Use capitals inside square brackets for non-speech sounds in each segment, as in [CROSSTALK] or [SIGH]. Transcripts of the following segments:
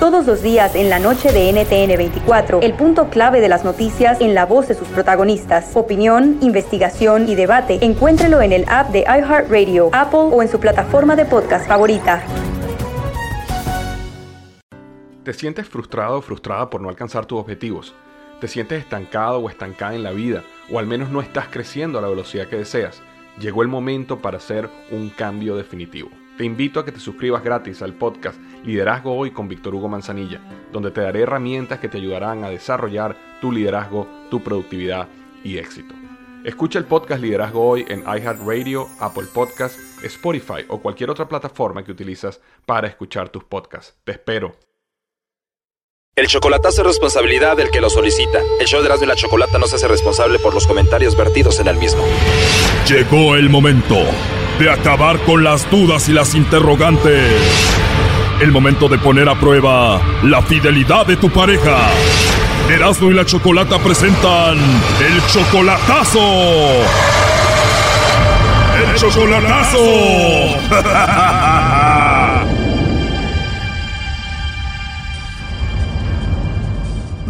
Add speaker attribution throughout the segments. Speaker 1: Todos los días en la noche de NTN 24, el punto clave de las noticias en la voz de sus protagonistas. Opinión, investigación y debate. Encuéntrelo en el app de iHeartRadio, Apple o en su plataforma de podcast favorita.
Speaker 2: ¿Te sientes frustrado o frustrada por no alcanzar tus objetivos? ¿Te sientes estancado o estancada en la vida? ¿O al menos no estás creciendo a la velocidad que deseas? Llegó el momento para hacer un cambio definitivo. Te invito a que te suscribas gratis al podcast Liderazgo Hoy con Víctor Hugo Manzanilla, donde te daré herramientas que te ayudarán a desarrollar tu liderazgo, tu productividad y éxito. Escucha el podcast Liderazgo Hoy en iHeartRadio, Apple Podcast, Spotify o cualquier otra plataforma que utilizas para escuchar tus podcasts. Te espero.
Speaker 3: El chocolatazo es responsabilidad del que lo solicita. El show de las de la Chocolata no se hace responsable por los comentarios vertidos en el mismo.
Speaker 4: Llegó el momento de acabar con las dudas y las interrogantes. El momento de poner a prueba la fidelidad de tu pareja. Erasmo y la Chocolata presentan el chocolatazo.
Speaker 5: [LAUGHS]
Speaker 4: El chocolatazo.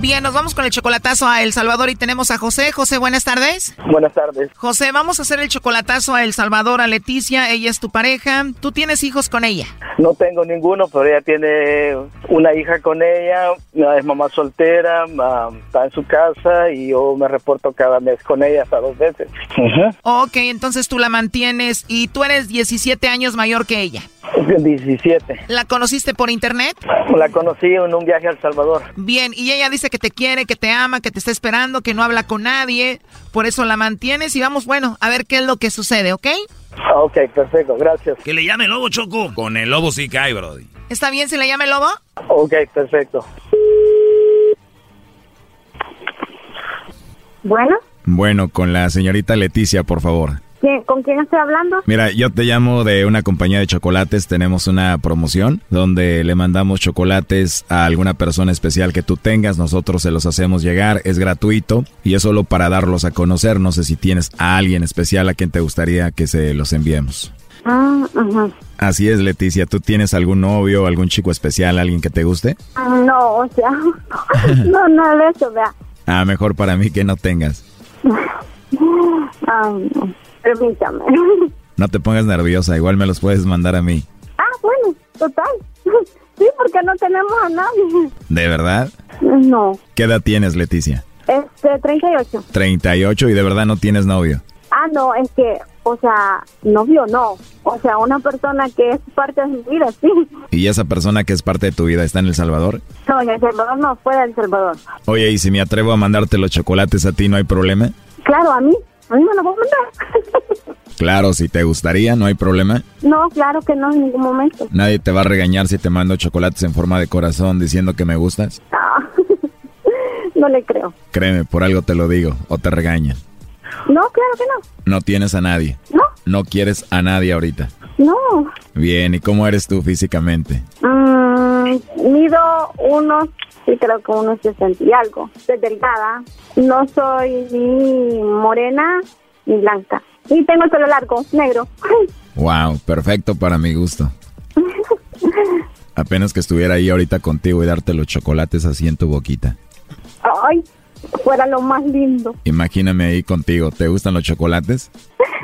Speaker 6: Bien, nos vamos con el chocolatazo a El Salvador y tenemos a José. José, buenas tardes.
Speaker 7: Buenas tardes.
Speaker 6: José, vamos a hacer el chocolatazo a El Salvador, a Leticia. Ella es tu pareja. ¿Tú tienes hijos con ella?
Speaker 7: No tengo ninguno, pero ella tiene una hija con ella. Es mamá soltera, ma- está en su casa y yo me reporto cada mes con ella hasta dos veces. Ujú.
Speaker 6: Ok, entonces tú la mantienes y tú eres 17 años mayor que ella.
Speaker 7: 17.
Speaker 6: ¿La conociste por internet?
Speaker 7: La conocí en un viaje a El Salvador.
Speaker 6: Bien, y ella dice que te quiere, que te ama, que te está esperando, que no habla con nadie. Por eso la mantienes y vamos, bueno, a ver qué es lo que sucede, ¿ok?
Speaker 7: Ah, Ok, perfecto, gracias.
Speaker 5: Que le llame lobo, Choco. Con el lobo sí cae, Brody.
Speaker 6: ¿Está bien si le llama el lobo?
Speaker 7: Ok, perfecto.
Speaker 8: Bueno,
Speaker 9: Bueno, con la señorita Leticia, por favor.
Speaker 8: ¿quién- ¿con quién estoy hablando?
Speaker 9: Mira, yo te llamo de una compañía de chocolates. Tenemos una promoción donde le mandamos chocolates a alguna persona especial que tú tengas. Nosotros se los hacemos llegar. Es gratuito y es solo para darlos a conocer. No sé si tienes a alguien especial a quien te gustaría que se los enviemos.
Speaker 8: Ah, ajá.
Speaker 9: Así es, Leticia. ¿Tú tienes algún novio, algún chico especial, alguien que te guste?
Speaker 8: Ah, No, o sea, [LAUGHS] no, no de eso, vea.
Speaker 9: Ah, mejor para mí que no tengas.
Speaker 8: Ah, no. permítame. [LAUGHS]
Speaker 9: No te pongas nerviosa. Igual me los puedes mandar a mí.
Speaker 8: Ah, bueno, total. [LAUGHS] Sí, porque no tenemos a nadie.
Speaker 9: ¿De verdad?
Speaker 8: No,
Speaker 9: ¿Qué edad tienes, Leticia?
Speaker 8: este, 38.
Speaker 9: 38 y de verdad no tienes novio.
Speaker 8: Ah, no, es que, o sea, novio no. O sea, una persona que es parte de mi vida, [LAUGHS] sí.
Speaker 9: ¿Y esa persona que es parte de tu vida está en El Salvador?
Speaker 8: No, en El Salvador no, fuera de El Salvador.
Speaker 9: Oye, ¿y si me atrevo a mandarte los chocolates a ti, no hay problema?
Speaker 8: Claro, a mí, a mí me lo voy a mandar. [LAUGHS]
Speaker 9: Claro, si te gustaría, no hay problema.
Speaker 8: No, claro que no, en ningún momento.
Speaker 9: Nadie te va a regañar si te mando chocolates en forma de corazón diciendo que me gustas.
Speaker 8: Ah, no le creo.
Speaker 9: Créeme, por algo te lo digo, o te regañan.
Speaker 8: No, claro que no.
Speaker 9: No tienes a nadie.
Speaker 8: No.
Speaker 9: No quieres a nadie ahorita.
Speaker 8: No.
Speaker 9: Bien, ¿y cómo eres tú físicamente?
Speaker 8: Mm, mido unos, sí creo que unos 60 y algo. Soy delgada. No soy ni morena ni blanca. Y tengo el pelo largo, negro.
Speaker 9: Wow, perfecto para mi gusto. Apenas que estuviera ahí ahorita contigo y darte los chocolates así en tu boquita.
Speaker 8: Ay, fuera lo más lindo.
Speaker 9: Imagíname ahí contigo. ¿Te gustan los chocolates?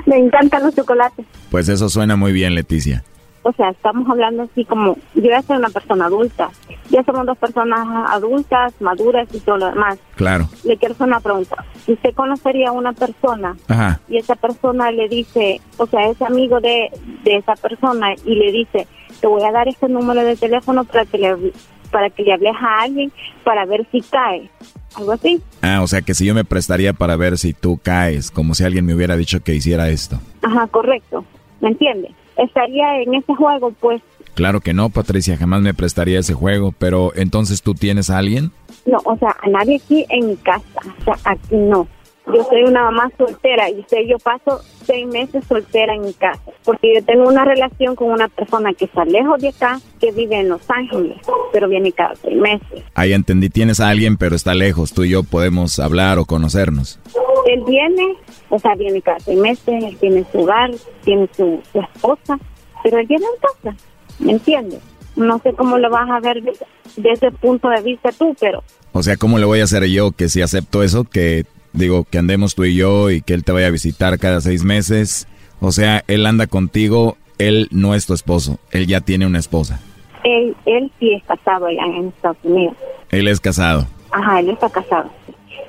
Speaker 8: Me encantan los chocolates.
Speaker 9: Pues eso suena muy bien, Leticia.
Speaker 8: O sea, estamos hablando así como, yo ya soy una persona adulta. Ya somos dos personas adultas, maduras y todo lo demás.
Speaker 9: Claro.
Speaker 8: Le quiero hacer una pregunta. Si usted conocería a una persona
Speaker 9: Ajá.
Speaker 8: y esa persona le dice, o sea, es amigo de, de esa persona y le dice, te voy a dar este número de teléfono para que le, para que le hables a alguien para ver si cae. Algo así.
Speaker 9: Ah, o sea que si yo me prestaría para ver si tú caes, como si alguien me hubiera dicho que hiciera esto.
Speaker 8: Ajá, correcto. ¿Me entiende? Estaría en ese juego, pues,
Speaker 9: Claro que no, Patricia, jamás me prestaría ese juego, pero entonces tú tienes a alguien?
Speaker 8: no, o sea, a nadie aquí en mi casa. O sea, aquí no. Yo soy una mamá soltera y usted, yo paso seis meses soltera en mi casa. Porque yo tengo una relación con una persona que está lejos de acá, que vive en Los Ángeles, pero viene cada seis meses.
Speaker 9: Ahí Ah, entendí, tienes a alguien, pero está lejos. Tú y yo podemos hablar o conocernos.
Speaker 8: Él viene, o sea, viene cada seis meses, él tiene su hogar, tiene su, su esposa, pero él viene en casa, ¿me entiendes? No sé cómo lo vas a ver desde ese punto de vista tú, pero
Speaker 9: O sea, ¿cómo le voy a hacer yo que si acepto eso, que digo que andemos tú y yo y que él te vaya a visitar cada seis meses? O sea, él anda contigo, él no es tu esposo, él ya tiene una esposa,
Speaker 8: él, él sí es casado allá en Estados Unidos.
Speaker 9: él es casado.
Speaker 8: Ajá, él está casado.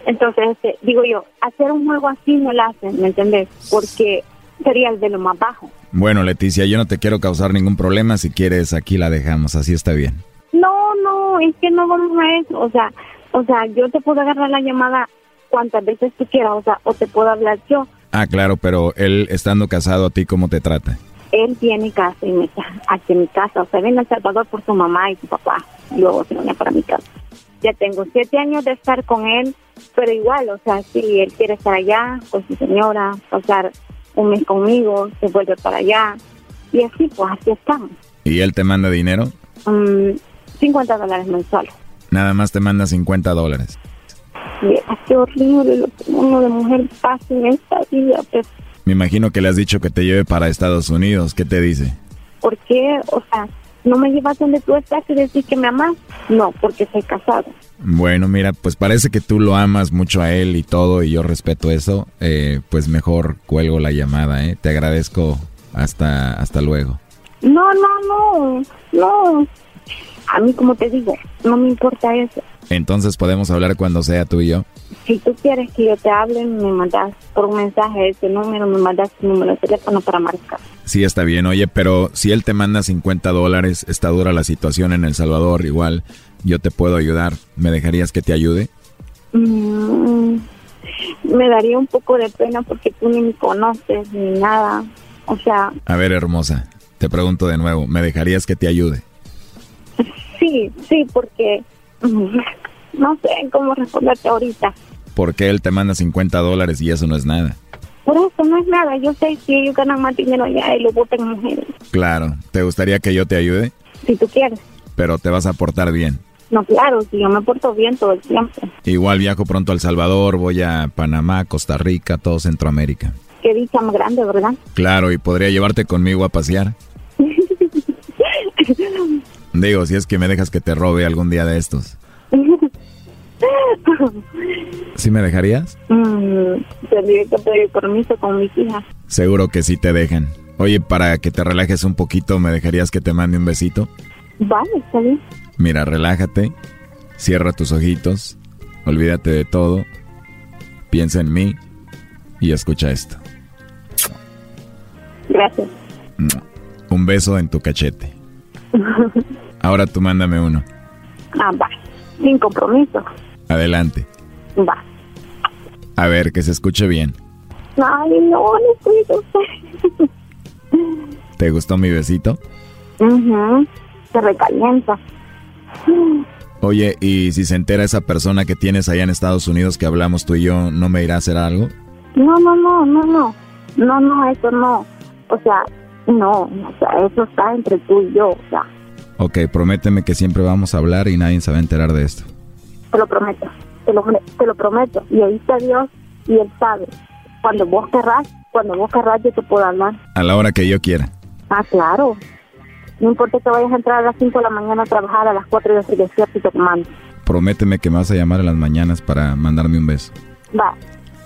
Speaker 8: Entonces, este, digo yo, hacer un juego así no lo hacen, ¿me entendés? Porque sería el de lo más bajo.
Speaker 9: Bueno, Leticia, yo no te quiero causar ningún problema, si quieres aquí la dejamos, así está bien.
Speaker 8: No, no, es que no vamos a eso. O sea, o sea, yo te puedo agarrar la llamada cuantas veces tú quieras, o sea, o te puedo hablar yo.
Speaker 9: Ah, claro, pero él estando casado a ti, ¿cómo te trata?
Speaker 8: Él viene casa y me ca- aquí en mi casa, o sea, viene a El Salvador por su mamá y su papá, y luego se viene para mi casa. Ya tengo siete años de estar con él, pero igual, o sea, si él quiere estar allá con su señora, pasar un mes conmigo, se vuelve para allá, y así, pues así estamos.
Speaker 9: ¿Y él te manda dinero?
Speaker 8: Mm, 50 dólares mensuales.
Speaker 9: Nada más te manda 50 dólares.
Speaker 8: Mira, qué horrible lo que uno de mujer pasa en esta vida, pues,
Speaker 9: Me imagino que le has dicho que te lleve para Estados Unidos, ¿qué te dice?
Speaker 8: ¿por qué? O sea, no me llevas donde tú estás y decir que me amas. No, porque soy casado.
Speaker 9: Bueno, mira, pues parece que tú lo amas mucho a él y todo, y yo respeto eso. Eh, pues mejor cuelgo la llamada, ¿eh? Te agradezco. Hasta, hasta luego.
Speaker 8: No, no, no, no. A mí, como te digo, no me importa eso.
Speaker 9: Entonces podemos hablar cuando sea tú y yo.
Speaker 8: Si tú quieres que yo te hable, me mandas por un mensaje ese número, me mandas tu número de teléfono para marcar.
Speaker 9: Sí, está bien, oye, pero si él te manda 50 dólares, está dura la situación en El Salvador, igual yo te puedo ayudar. ¿Me dejarías que te ayude?
Speaker 8: Mm, me daría un poco de pena porque tú ni me conoces ni nada. O sea,
Speaker 9: A ver, hermosa, te pregunto de nuevo, ¿me dejarías que te ayude?
Speaker 8: sí, sí, porque mm, no sé cómo responderte ahorita.
Speaker 9: Porque él te manda 50 dólares y eso no es nada.
Speaker 8: Por eso no es nada. Yo sé que ellos ganan más dinero allá y lo botan mujeres.
Speaker 9: Claro, ¿te gustaría que yo te ayude?
Speaker 8: Si tú quieres.
Speaker 9: Pero te vas a portar bien.
Speaker 8: No, claro, si yo me porto bien todo el tiempo.
Speaker 9: Igual viajo pronto a El Salvador, voy a Panamá, Costa Rica, todo Centroamérica.
Speaker 8: Qué dicha más grande, ¿verdad?
Speaker 9: Claro, y podría llevarte conmigo a pasear. Digo, si es que me dejas que te robe algún día de estos. ¿Sí me dejarías?
Speaker 8: Mm, tendría que pedir permiso con mis hijas.
Speaker 9: Seguro que sí te dejan. Oye, para que te relajes un poquito, ¿me dejarías que te mande un besito?
Speaker 8: Vale, está bien.
Speaker 9: Mira, relájate, cierra tus ojitos, olvídate de todo, piensa en mí y escucha esto.
Speaker 8: Gracias.
Speaker 9: Un beso en tu cachete. Ahora tú mándame uno.
Speaker 8: Ah, va. Sin compromiso.
Speaker 9: Adelante.
Speaker 8: Va.
Speaker 9: A ver, que se escuche bien.
Speaker 8: Ay, no, no estoy usted.
Speaker 9: ¿Te gustó mi besito?
Speaker 8: Ujú, Se recalienta.
Speaker 9: Oye, y si se entera esa persona que tienes allá en Estados Unidos que hablamos tú y yo, ¿no me irá a hacer algo?
Speaker 8: No, no, no, no, no. No, no, eso no. O sea, no. O sea, eso está entre tú y yo. O sea,
Speaker 9: Ok, prométeme que siempre vamos a hablar y nadie se va a enterar de esto.
Speaker 8: te lo prometo. Te lo, te lo prometo. Y ahí está Dios y Él sabe. Cuando vos querrás, cuando vos querrás, yo te puedo hablar.
Speaker 9: A la hora que yo quiera.
Speaker 8: Ah, claro. No importa que vayas a entrar a las 5 de la mañana a trabajar, a las 4 yo estoy despierto y te mando.
Speaker 9: Prométeme que me vas a llamar en las mañanas para mandarme un beso.
Speaker 8: Va,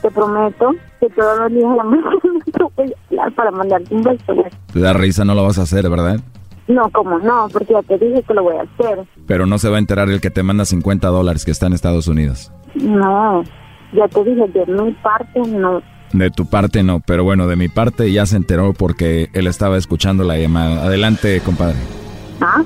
Speaker 8: te prometo que todos los días a la [LAUGHS] mañana te voy a hablar para mandarte un beso. güey.
Speaker 9: Te da risa, no lo vas a hacer, ¿verdad?
Speaker 8: No, como no, porque ya te dije que lo voy a hacer.
Speaker 9: Pero no se va a enterar el que te manda 50 dólares que está en Estados Unidos.
Speaker 8: No, ya te dije, de mi parte no.
Speaker 9: De tu parte no, pero bueno, de mi parte ya se enteró porque él estaba escuchando la llamada. Adelante, compadre.
Speaker 8: ¿Ah?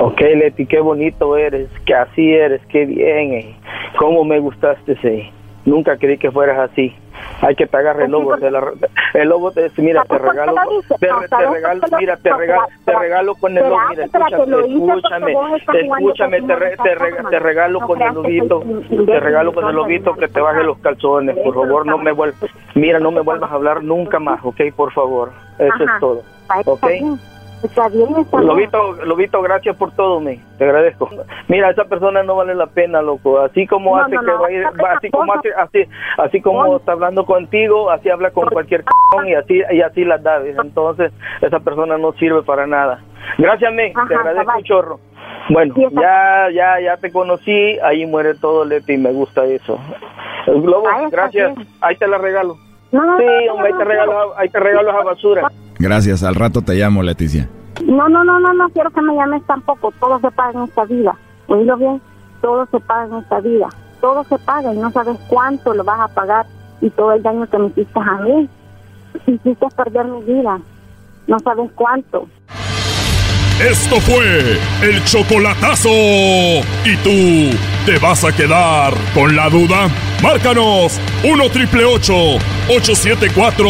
Speaker 7: Ok, Leti, qué bonito eres, que así eres, qué bien, eh. cómo me gustaste, eh. nunca creí que fueras así. Hay que pagar
Speaker 8: Pues
Speaker 7: el lobo, te la- el lobo te mira, te
Speaker 8: ¿Sabes pues, por qué
Speaker 7: regalo,
Speaker 8: lo hice?
Speaker 7: te,
Speaker 8: No,
Speaker 7: te
Speaker 8: ¿sabes por
Speaker 7: regalo,
Speaker 8: qué lo-
Speaker 7: mira, te
Speaker 8: no,
Speaker 7: regalo,
Speaker 8: espera,
Speaker 7: te
Speaker 8: espera.
Speaker 7: regalo con el
Speaker 8: Espera,
Speaker 7: lobo, mira,
Speaker 8: espera, que lo hice porque
Speaker 7: escúchame,
Speaker 8: vos estás
Speaker 7: escúchame,
Speaker 8: jugando
Speaker 7: escúchame, te, re-
Speaker 8: conmigo,
Speaker 7: te, re- te regalo
Speaker 8: no
Speaker 7: con el
Speaker 8: creas que soy
Speaker 7: lobito,
Speaker 8: imbécil,
Speaker 7: te regalo con el
Speaker 8: no,
Speaker 7: lobito
Speaker 8: no,
Speaker 7: que te baje los calzones, por favor, no me vuelvas, mira, no me vuelvas a hablar nunca más, ok, por favor, eso
Speaker 8: Ajá.
Speaker 7: es todo,
Speaker 8: Va, está
Speaker 7: ok.
Speaker 8: bien. Está bien, está bien.
Speaker 7: Pues, Lobito, Lobito, gracias por todo, me. Te agradezco. Mira, esa persona no vale la pena, loco. Así como
Speaker 8: No,
Speaker 7: hace
Speaker 8: no,
Speaker 7: que
Speaker 8: no,
Speaker 7: va a ir-
Speaker 8: no,
Speaker 7: va- así como
Speaker 8: no.
Speaker 7: hace, así, así como
Speaker 8: No.
Speaker 7: está hablando contigo, así habla con cualquier c y así y así las da. ¿ves? Entonces, esa persona no sirve para nada. Gracias, me. Te
Speaker 8: Ajá,
Speaker 7: agradezco
Speaker 8: bye-bye.
Speaker 7: un chorro. Bueno,
Speaker 8: Sí, está-
Speaker 7: ya, ya, ya te conocí. Ahí muere todo, Leti. Me gusta eso. El globo,
Speaker 8: Ay, está
Speaker 7: gracias.
Speaker 8: bien.
Speaker 7: Ahí te la regalo.
Speaker 8: No, no,
Speaker 7: Sí,
Speaker 8: no, no,
Speaker 7: hombre, ahí
Speaker 8: no,
Speaker 7: te
Speaker 8: no,
Speaker 7: regalo, ahí te regalo esa basura.
Speaker 9: Gracias, al rato te llamo, Leticia.
Speaker 8: No, no, no, no, no quiero que me llames tampoco. Todo se paga en esta vida. Oílo bien, todo se paga en esta vida. Todo se paga y no sabes cuánto lo vas a pagar y todo el daño que me hiciste a mí. Hiciste perder mi vida. No sabes cuánto.
Speaker 4: Esto fue el chocolatazo. ¿Y tú te vas a quedar con la duda? Márcanos 1 triple 874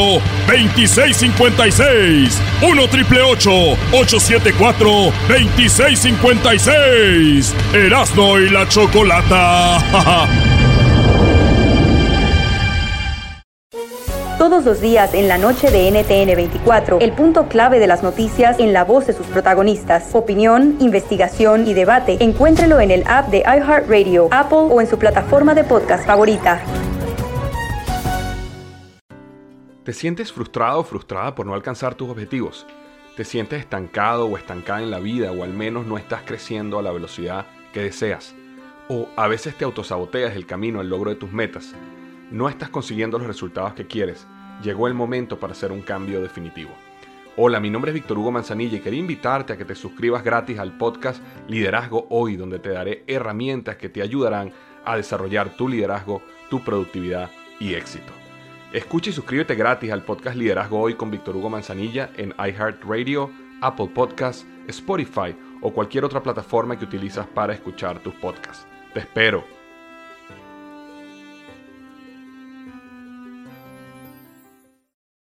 Speaker 4: 2656. 1 triple 874 2656. Erasno y la chocolata. [LAUGHS]
Speaker 1: Todos los días en la noche de NTN 24, el punto clave de las noticias en la voz de sus protagonistas. Opinión, investigación y debate. Encuéntrelo en el app de iHeartRadio, Apple o en su plataforma de podcast favorita.
Speaker 2: ¿Te sientes frustrado o frustrada por no alcanzar tus objetivos? ¿Te sientes estancado o estancada en la vida o al menos no estás creciendo a la velocidad que deseas? ¿O a veces te autosaboteas el camino al logro de tus metas? ¿No estás consiguiendo los resultados que quieres? Llegó el momento para hacer un cambio definitivo. Hola, mi nombre es Víctor Hugo Manzanilla y quería invitarte a que te suscribas gratis al podcast Liderazgo Hoy, donde te daré herramientas que te ayudarán a desarrollar tu liderazgo, tu productividad y éxito. Escucha y suscríbete gratis al podcast Liderazgo Hoy con Víctor Hugo Manzanilla en iHeartRadio, Apple Podcasts, Spotify o cualquier otra plataforma que utilizas para escuchar tus podcasts. Te espero.